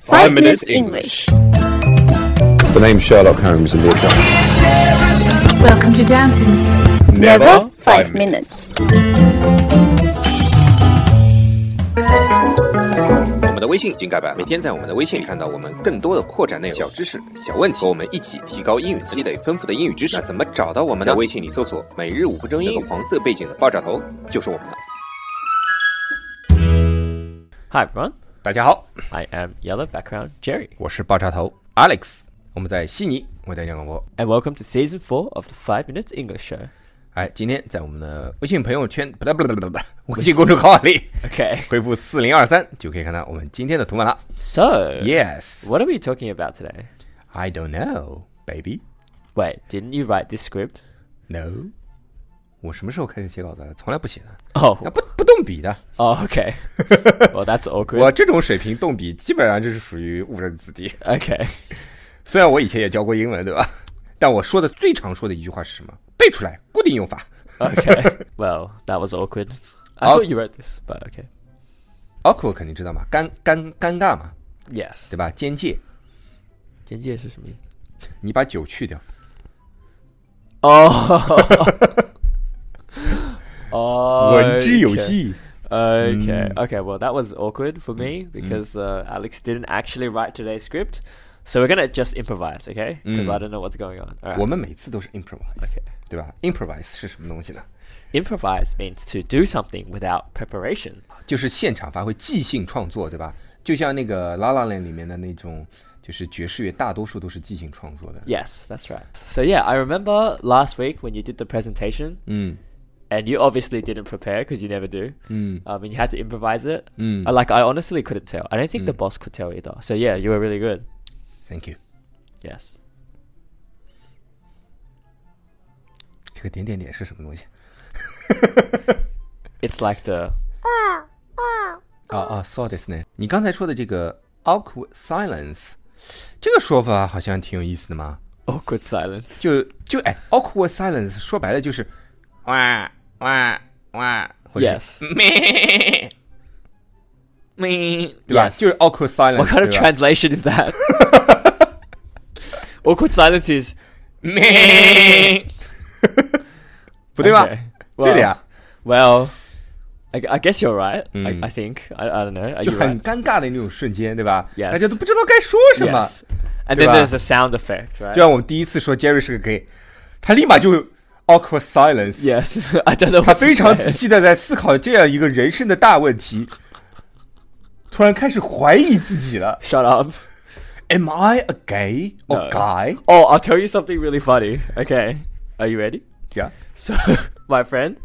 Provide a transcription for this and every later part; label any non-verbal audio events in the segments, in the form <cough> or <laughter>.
Five Minutes English. The name's Sherlock Holmes in the account. Welcome to Downton. Never Five Minutes. 我们的微信已经改版了，每天在我们的微信里看到我们更多的扩展内容、小知识、小问题，和我们一起提高英语，积累丰富的英语知识。那怎么找到我们呢？在微信里搜索“每日五分钟英语”，黄色背景的爆炸头就是我们的。 Hi everyone, 大家好， I am Yellow Background Jerry, 我是爆炸头 Alex，我们在悉尼为大家广播。 and welcome to season four of the Five Minutes English Show. 哎，今天在我们的微信朋友圈， <laughs> 不对不对不对不对，微信公众号 <laughs> 里 Okay, 回复四零二三就可以看到我们今天的图文了。 so Yes, what are we talking about today? I don't know, baby, Wait, didn't you write this script? no。我什么时候开始写稿子了？从来不写的，啊 Oh, 不不动笔的。 oh okay. well, that's 我 awkward. 这种水平动笔，基本上就是属于误人子弟。 Okay, 虽然我以前也教过英文，对吧？ <laughs> 但我说的最常说的一句话是什么？背出来，固定用法。 okay. well, that was awkward. I Oh. thought you wrote this, but okay. awkward 肯定知道嘛，尴尴尴尬嘛， Yes. 对吧？间接，简介是什么意思？你把酒去掉， Oh. <laughs> oh. 文之有 okay. 戏。 Okay, okay. Well, that was awkward for me because uh, Alex didn't actually write today's script, so we're gonna just improvise, okay? Because I don't know what's going on. All right. 我们每次都是 improvise，对吧？improvise 是什么东西呢？ improvise means to do something without preparation. 就是现场发挥、即兴创作，对吧？就像那个《La La Land》里面的那种，就是爵士乐，大多数都是即兴创作的。 Yes, that's right. So yeah, I remember last week when you did the presentation, 嗯 and you obviously didn't prepare because you never do. 嗯 Um, and you had to improvise it. Mm. Uh, Like I honestly couldn't tell. I don't think the boss could tell either. So yeah, you were really good. ，Thank you。 Yes. 这个点点点是什么东西？ It's like the 啊啊，so this 呢？你刚才说的这个 awkward silence，这个说法好像挺有意思的嘛。 awkward silence. 就就哎，awkward silence 说白了就是哇哇哇，或者 Yes. 是 <laughs> 咩咩，对吧 Yes. 就是 awkward silence， What kind of 对吧 translation is that? Awkward silence is 咩，不对吧 Okay.？对的呀， well. I, I guess you're right. Mm. I, I think I, I don't know. Are 就 you 很 right? 尴尬的那种瞬间，对吧 Yes. 大家都不知道该说什么。 Yes. And 对吧？ then there's a sound effect, right? 就像我们第一次说 Jerry 是个 gay，他立马就 awkward silence。 Yes. <laughs> I don't know. 他 What 非 to 常 say. 仔细的在思考这样一个人生的大问题，突然开始怀疑自己了。 <laughs> Shut up. Am I a gay or No. guy? Oh, I'll tell you something really funny. Okay. Are you ready? <laughs> Yeah. So my friend,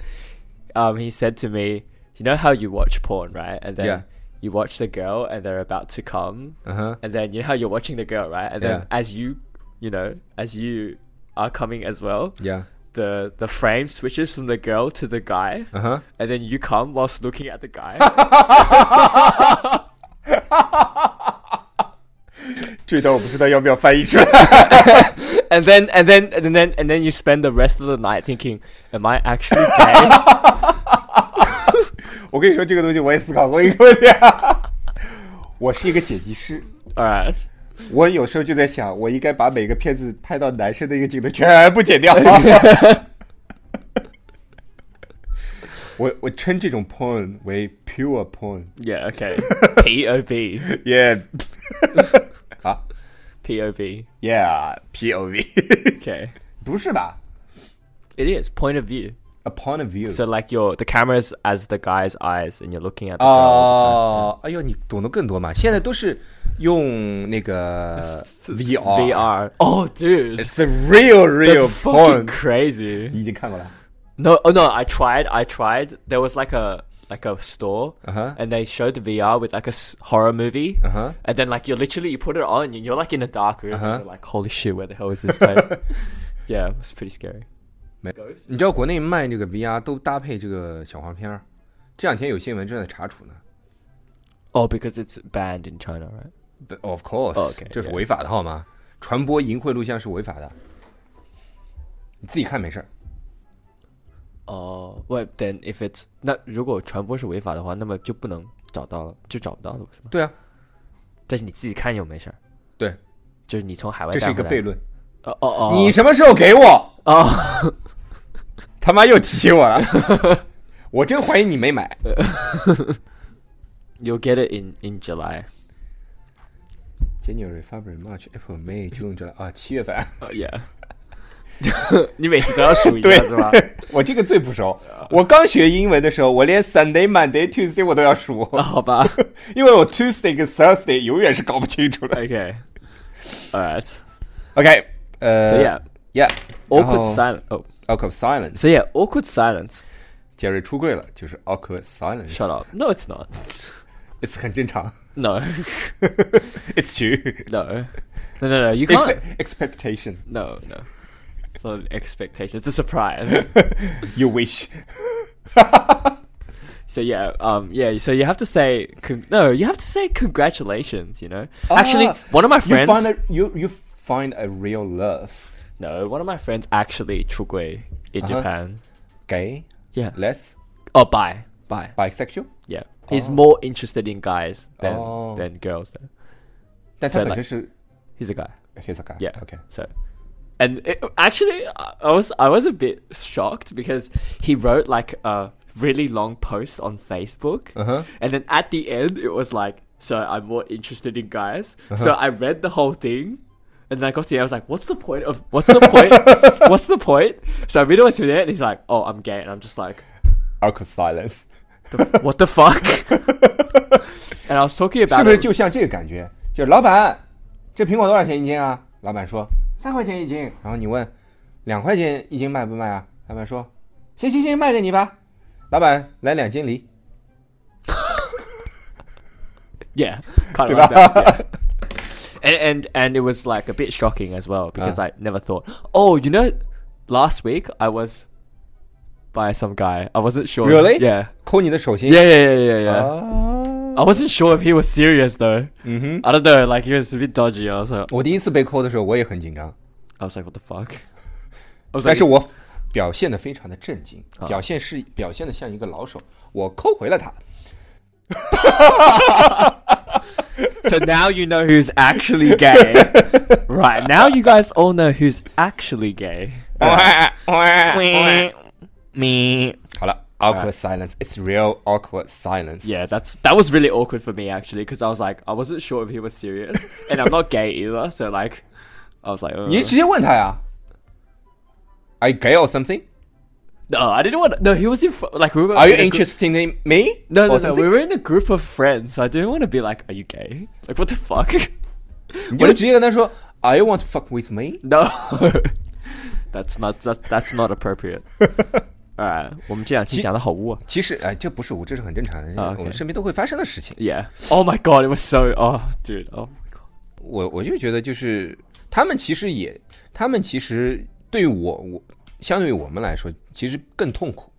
um, he said to me, "You know how you watch porn, right? And then Yeah. you watch the girl, and they're about to come, Uh-huh. and then you know how you're watching the girl, right? And then Yeah. as you, you know, as you are coming as well, Yeah. the the frame switches from the girl to the guy, Uh-huh. and then you come whilst looking at the guy. <laughs> 这段我不知道要不要翻译出来。 and then and then and then and then you spend the rest of the night thinking, "Am I actually <laughs> gay?" 我跟你说，这个东西我也思考过一个问题 <laughs> 啊。我是一个剪辑师， All <laughs> right. 我有时候就在想，我应该把每个片子拍到男生的一个镜头全部 <laughs> 剪掉。我我称这种 porn 为 pure porn。 Yeah. <laughs> Okay. P O B. Yeah, <laughs> P O B. yeah, <laughs> POV， Okay. 不是吧 It is point of view. ？A point of view。 So like your the cameras as the guy's eyes, and you're looking at the girl. all 哦，啊哎呦，你懂得更多嘛？现在都是用那个 the time. VR，VR。 VR. Oh, dude, Uh, It's a real, that's real fucking porn。 crazy. 你已经看过了？ No, oh no, I tried. I tried. There was like a like a store, Uh-huh. and they showed the VR with like a s- horror movie, Uh-huh. and then like you're literally you put it on, and you're like in a dark room, Uh-huh. and you're like, holy shit, where the hell is this <laughs> place? yeah, it was pretty scary. 你知道国内卖这个 VR 都搭配这个小黄片儿，这两天有新闻正在查处呢。 Oh, because it's banned in China, right? But of course，、 Oh, okay, 这是 yeah. 违法的好吗？传播淫秽录像是违法的，你自己看没事儿。哦、w e l l then if it's 那如果传播是违法的话，那么就不能找到了，就找不到了，不是吗？对啊，但是你自己看有没事儿，对，就是你从海外这是一个带回悖来。论。哦哦哦，你什么时候给我？哦， <laughs> 他妈又提醒我了， <laughs> 我真怀疑你没买。 you'll get it in in July. January, February, March, April, May, June, July 啊，七月份。 <laughs> Oh yeah. <laughs> 你每次都要数一下 <laughs> 对是吧？我这个最不熟。我刚学英文的时候，我连 Sunday、Monday、Tuesday 我都要数， <laughs> 好吧因为我 Tuesday 跟 Thursday 永远是搞不清 <laughs> 楚的。 ，OK。Alright. OK，呃 So yeah, yeah, awkward 然 silence. Oh, 后 awkward silence。 so yeah, awkward silence. 杰瑞出柜了，就是 awkward silence。 Shut up. No, it's not. It's 很正常。 <laughs> No, <laughs> It's true. no, no, no, no. You can't. Ex- expectation. No, no. It's not an expectation. It's a <laughs> surprise. You wish. <laughs> So yeah, um, yeah. So you have to say con- no. You have to say congratulations. You know. Actually, Ah, one of my friends. You find a, you you find a real love. No, one of my friends actually chugui in Uh-huh. Japan. Gay, Yeah. less, Oh, bye, bye. bisexual. Yeah, he's more interested in guys than Oh. than girls. Though. 但他 So 本 like- 身是 He's a guy. he's a guy. Yeah. Okay. So, and it, actually, I I was I was a bit shocked because he wrote like a really long post on Facebook, Uh-huh. and then at the end it was like, "So I'm more interested in guys." Uh-huh. So I read the whole thing. And then I got to the end, I was like, what's the point of, what's the <laughs> point? what's the point? So I read all the way through there, and he's like, oh, I'm gay. And I'm just like, Awkward silence. what the <laughs> fuck? and I was talking 是 about 不是 it. 就像这个感觉？就是老板，这苹果多少钱一斤啊？老板说三块钱一斤。然后你问，两块钱一斤卖不卖啊？老板说，行行行，卖给你吧。老板来两斤梨， Yeah, kind of like that. yeah. And, and and it was like a bit shocking as well because I never thought. Oh, you know, last week I was by some guy. I wasn't sure. Really? Ah. Yeah. 抠你的手心。 Yeah, yeah, yeah, yeah, yeah. 啊 I wasn't sure if he was serious though. 嗯哼， I don't know. Like he was a bit dodgy. I was like, 我第一次被抠的时候，我也很紧张， I was like, what the fuck? I was 但 like, 是我表现的非常的震惊，啊表现是表现的像一个老手，我抠回了他。 so now you know who's actually gay, right? Now you guys all know who's actually gay. 哎好了，awkward silence，it's real awkward silence。哎 Yeah, that's that was really awkward for me actually because I was like I wasn't sure if he was serious, <laughs> and I'm not gay either, so like I was like, uh, 你直接问他呀，Are you gay or something？ no, I didn't want. to... No, he was in fr- like we were. Are you in a group- interested in me? No, no, Or no. something? We were in a group of friends. So I didn't want to be like, "Are you gay?" Like, what the <laughs> fuck? 你就直接跟他说，Are you want to fuck with me？ no, <laughs> that's not that's that's not <laughs> appropriate. All right, 我们这两期讲的好污啊。其实，哎，这不是我，这是很正常的，啊，OK 我们身边都会发生的事情。 Yeah. Oh my god, it was so. Oh, dude. Oh my god. 我我就觉得，就是他们其实也，他们其实对我，我相对于我们来说，其实更痛苦，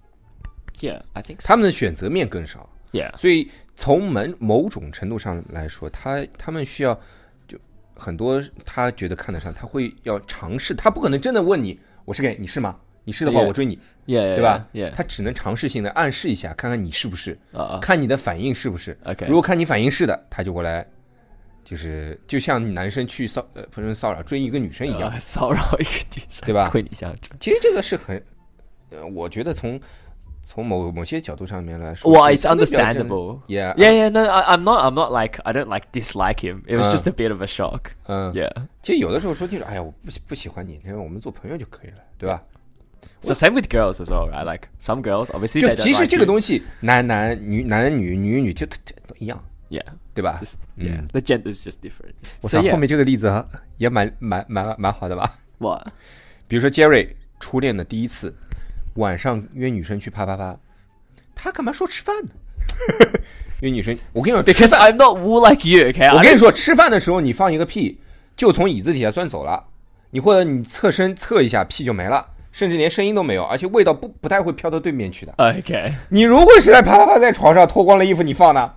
Yeah, I think. So. 他们的选择面更少， Yeah. 所以从某某种程度上来说，他他们需要就很多他觉得看得上，他会要尝试，他不可能真的问你我是 gay，你是吗？你是的话， Yeah 我追你， Yeah. yeah 对吧 Yeah.？Uh-uh. 他只能尝试性的暗示一下，看看你是不是，啊啊看你的反应是不是。 OK 如果看你反应是的，他就过来，就是就像男生去骚呃不是骚扰追一个女生一 <laughs> 样，呃，骚扰一个地上，对吧亏你下去。其实这个是很，呃，我觉得从从某某些角度上面来说 Well, 是 it's 真的比较真 understandable. Yeah. Yeah, yeah. No, I, I'm not. I'm not like. I don't like dislike him. It was Uh. just a bit of a shock. 嗯， Yeah. 其实有的时候说清楚，哎呀，我不喜不喜欢你，那我们做朋友就可以了，对吧？ It's the same with girls as well, right? Like some girls, obviously, 就 they 其 don't 实 like 这个 you. 东西，男男女男女女女就都都一样， Yeah. 对吧 Just 嗯 yeah. The gender is just different. 我 So 想后 yeah. 面这个例子啊也蛮蛮蛮蛮好的吧？ What? 比如说 Jerry 初恋的第一次，晚上约女生去啪啪啪，他干嘛说吃饭呢？ <laughs> 约女生，我跟你说， Because I'm not woo like you. Okay. I 我 don't- 跟你说，吃饭的时候你放一个屁，就从椅子底下钻走了，你或者你侧身侧一下，屁就没了，甚至连声音都没有，而且味道不不太会飘到对面去的。呃 oh, Okay. 你如果是在啪啪啪在床上脱光了衣服你放呢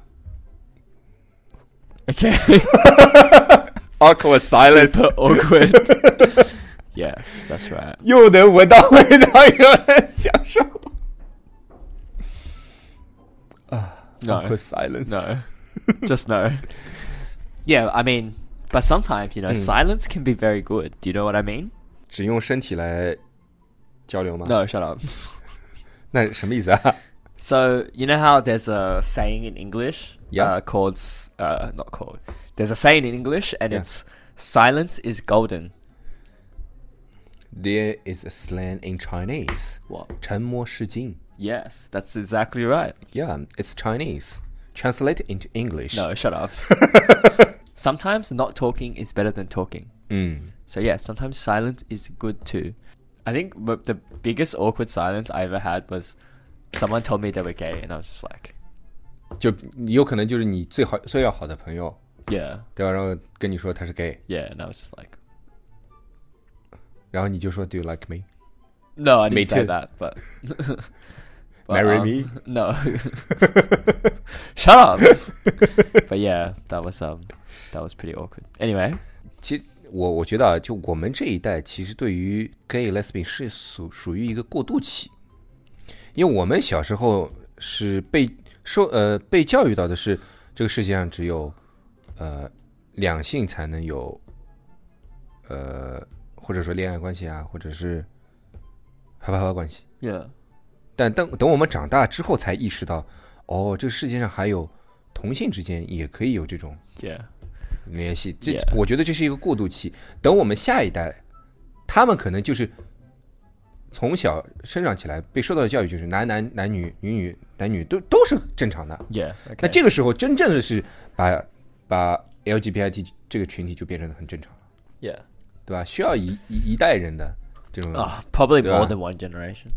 Okay. ？Awkward Super awkward. <laughs> yes, that's right. 又能闻到味道，又能享受。 No. silence No. Just no. Yeah, I mean, but sometimes, you know, silence can be very good. Do you know what I mean? 只用身体来交流吗？ No, shut up. 那什么意思啊？ <laughs> So you know how there's a saying in English, uh, Yeah. called s- uh, not called. There's a saying in English, and it's silence is golden. There is a slang in Chinese. What? 沉默是金。 Yes, that's exactly right. Yeah, it's Chinese. Translate into English. <laughs> No, shut up. sometimes not talking is better than talking. 嗯 So yeah, sometimes silence is good too. I think w- the biggest awkward silence I ever had was someone told me they were gay, and I was just like, 就有可能就是你最好最要好的朋友， yeah, 对吧？然后跟你说他是 gay， yeah, and I was just like, 然后你就说 Do you like me? no, I didn't Me say too. that, <laughs> but. <laughs> but, Marry um, me? No. <laughs> Shut up. <laughs> but yeah, that was um, that was pretty awkward. Anyway, 其实我我觉得啊，就我们这一代，其实对于 gay lesbian 是属属于一个过渡期，因为我们小时候是被受呃被教育到的是这个世界上只有呃两性才能有呃或者说恋爱关系啊，或者是啪啪啪关系。 yeah, 但等等我们长大之后才意识到，哦，这个世界上还有同性之间也可以有这种 yeah, 联系。这 Yeah. 我觉得这是一个过渡期。等我们下一代，他们可能就是从小生长起来，被受到的教育就是男男男女女女男女都都是正常的。 yeah. 那 Okay. 这个时候，真正的是把把 LGBT 这个群体就变成了很正常了， yeah. 对吧？需要一一一代人的这种 Oh, probably Mm. Yeah. more than one generation.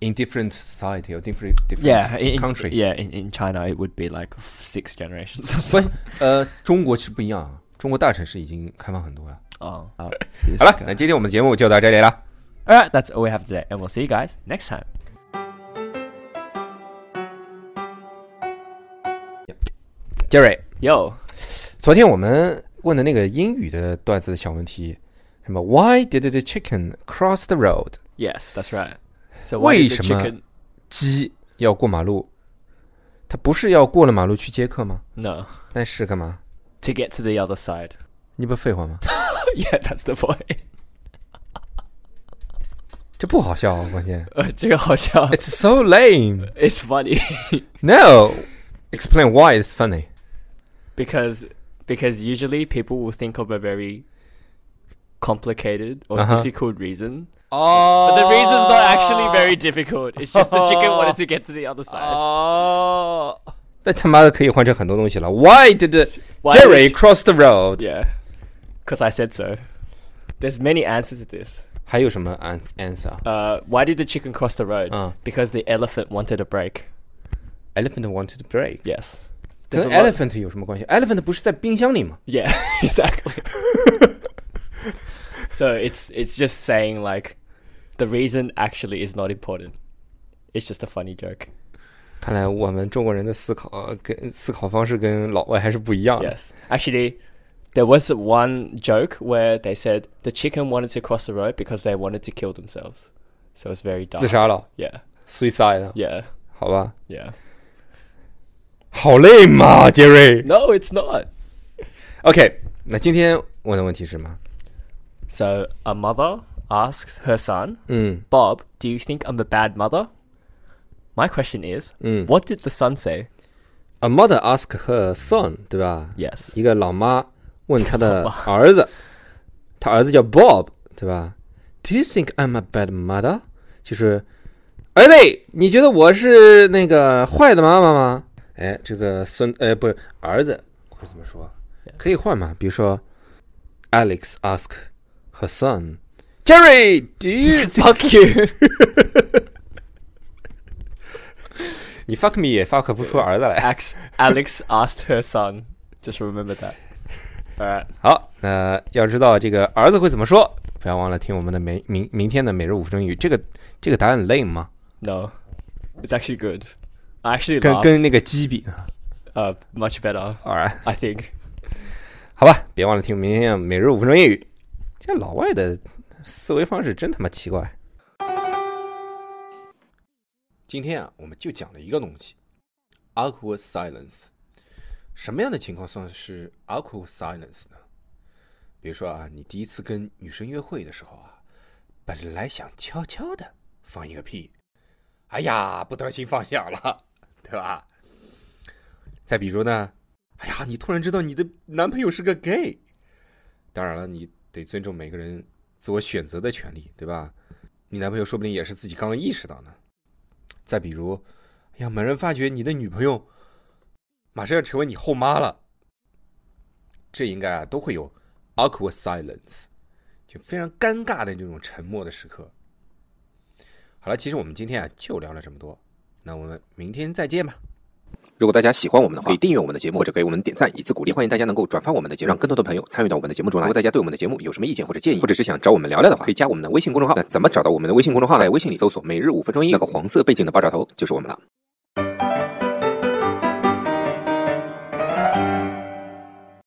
in different society or different different Yeah, in, country。 Yeah, in, in China it would be like f- six generations. Or so. 所以，呃，中国是不一样啊，中国大城市已经开放很多了。 Oh, <laughs> oh, 好了，那今天我们节目就到这里了。 all right, that's all we have today, and we'll see you guys next time. Jerry， Yo, 昨天我们问的那个英语的段子的小问题，什么 Why did the chicken cross the road？ yes, that's right. So why did the 为什么- chicken? 鸡要过马路，它不是要过了马路去接客吗？ No, 那是干嘛？ to get to the other side. <laughs> 你不废话吗？ yeah, that's the point. 这不好笑啊，关键 Oh, 这个好笑，it's <laughs> It's so lame. funny <laughs> No, explain why it's funny. because because usually people will think of a very complicated or Uh-huh. difficult reason, 哦 but the reason's not actually very difficult. It's just the chicken wanted to get to the other side. 哦，那他妈的可以换成很多东西了。Why did Why Jerry did- cross the road？ Yeah, because I said so. There's many answers to this. 还有什么 an answer？ Uh, why did the chicken cross the road? Uh. Because the elephant wanted a break. Elephant wanted to break， Yes. 跟 a lot- elephant 有什么关系？Elephant 不是在冰箱里 <laughs> 吗？ Yeah, <laughs> exactly. so it's it's just saying like the reason actually is not important. It's just a funny joke. 看来我们中国人的思考呃跟思考方式跟老外还是不一样的。 Yes. Actually, there was one joke where they said the chicken wanted to cross the road because they wanted to kill themselves. So it's very 自 <laughs> dark. 杀了 Yeah. ，suicide， Yeah. 好吧， Yeah. 好累嘛，Jerry。 No, it's not. OK，那今天问的问题是什么？ So a mother asks her son, 嗯 Bob, do you think I'm a bad mother? My question is, Mm. what did the son say? ，A mother ask her son，对吧 Yes. 一个老妈问她 <laughs> 的老儿子，他儿子叫 Bob，对吧？Do you think I'm a bad mother？就是，儿子，你觉得我是那个坏的妈妈吗？哎，这个孙，哎，不是儿子，会怎么说？可以换嘛？比如说，Alex ask her son。<laughs> Jerry，do you Fuck you. <laughs> 你 fuck me 也 fuck 不出儿子来。 Ax- Alex asked her son. Just remember that. All right. 好，那要知道这个儿子会怎么说，不要忘了听我们的每明明天的每日五分钟英语。这个这个答案 lame 吗？ No, it's actually good. I actually 跟 laughed. 跟那个鸡比呢？ Uh, much better, 当然， I think. 好吧，别忘了听明天的每日五分钟英语。这老外的思维方式真他妈奇怪。今天啊，我们就讲了一个东西，awkward silence。什么样的情况算是 awkward silence 呢？比如说啊，你第一次跟女生约会的时候啊，本来想悄悄的放一个屁，哎呀，不当心放响了，对吧？再比如呢，哎呀，你突然知道你的男朋友是个 gay，当然了，你得尊重每个人自我选择的权利，对吧？你男朋友说不定也是自己刚刚意识到呢。再比如，哎呀，猛然发觉你的女朋友马上要成为你后妈了，这应该啊都会有 awkward silence，就非常尴尬的这种沉默的时刻。好了，其实我们今天啊就聊了这么多，那我们明天再见吧。如果大家喜欢我们的话，可以订阅我们的节目，或者给我们点赞以资鼓励。欢迎大家能够转发我们的节目，让更多的朋友参与到我们的节目中来。如果大家对我们的节目有什么意见或者建议，或者是想找我们聊聊的话，可以加我们的微信公众号。那怎么找到我们的微信公众号？在微信里搜索“每日五分钟英语”，那个黄色背景的爆炸头就是我们了。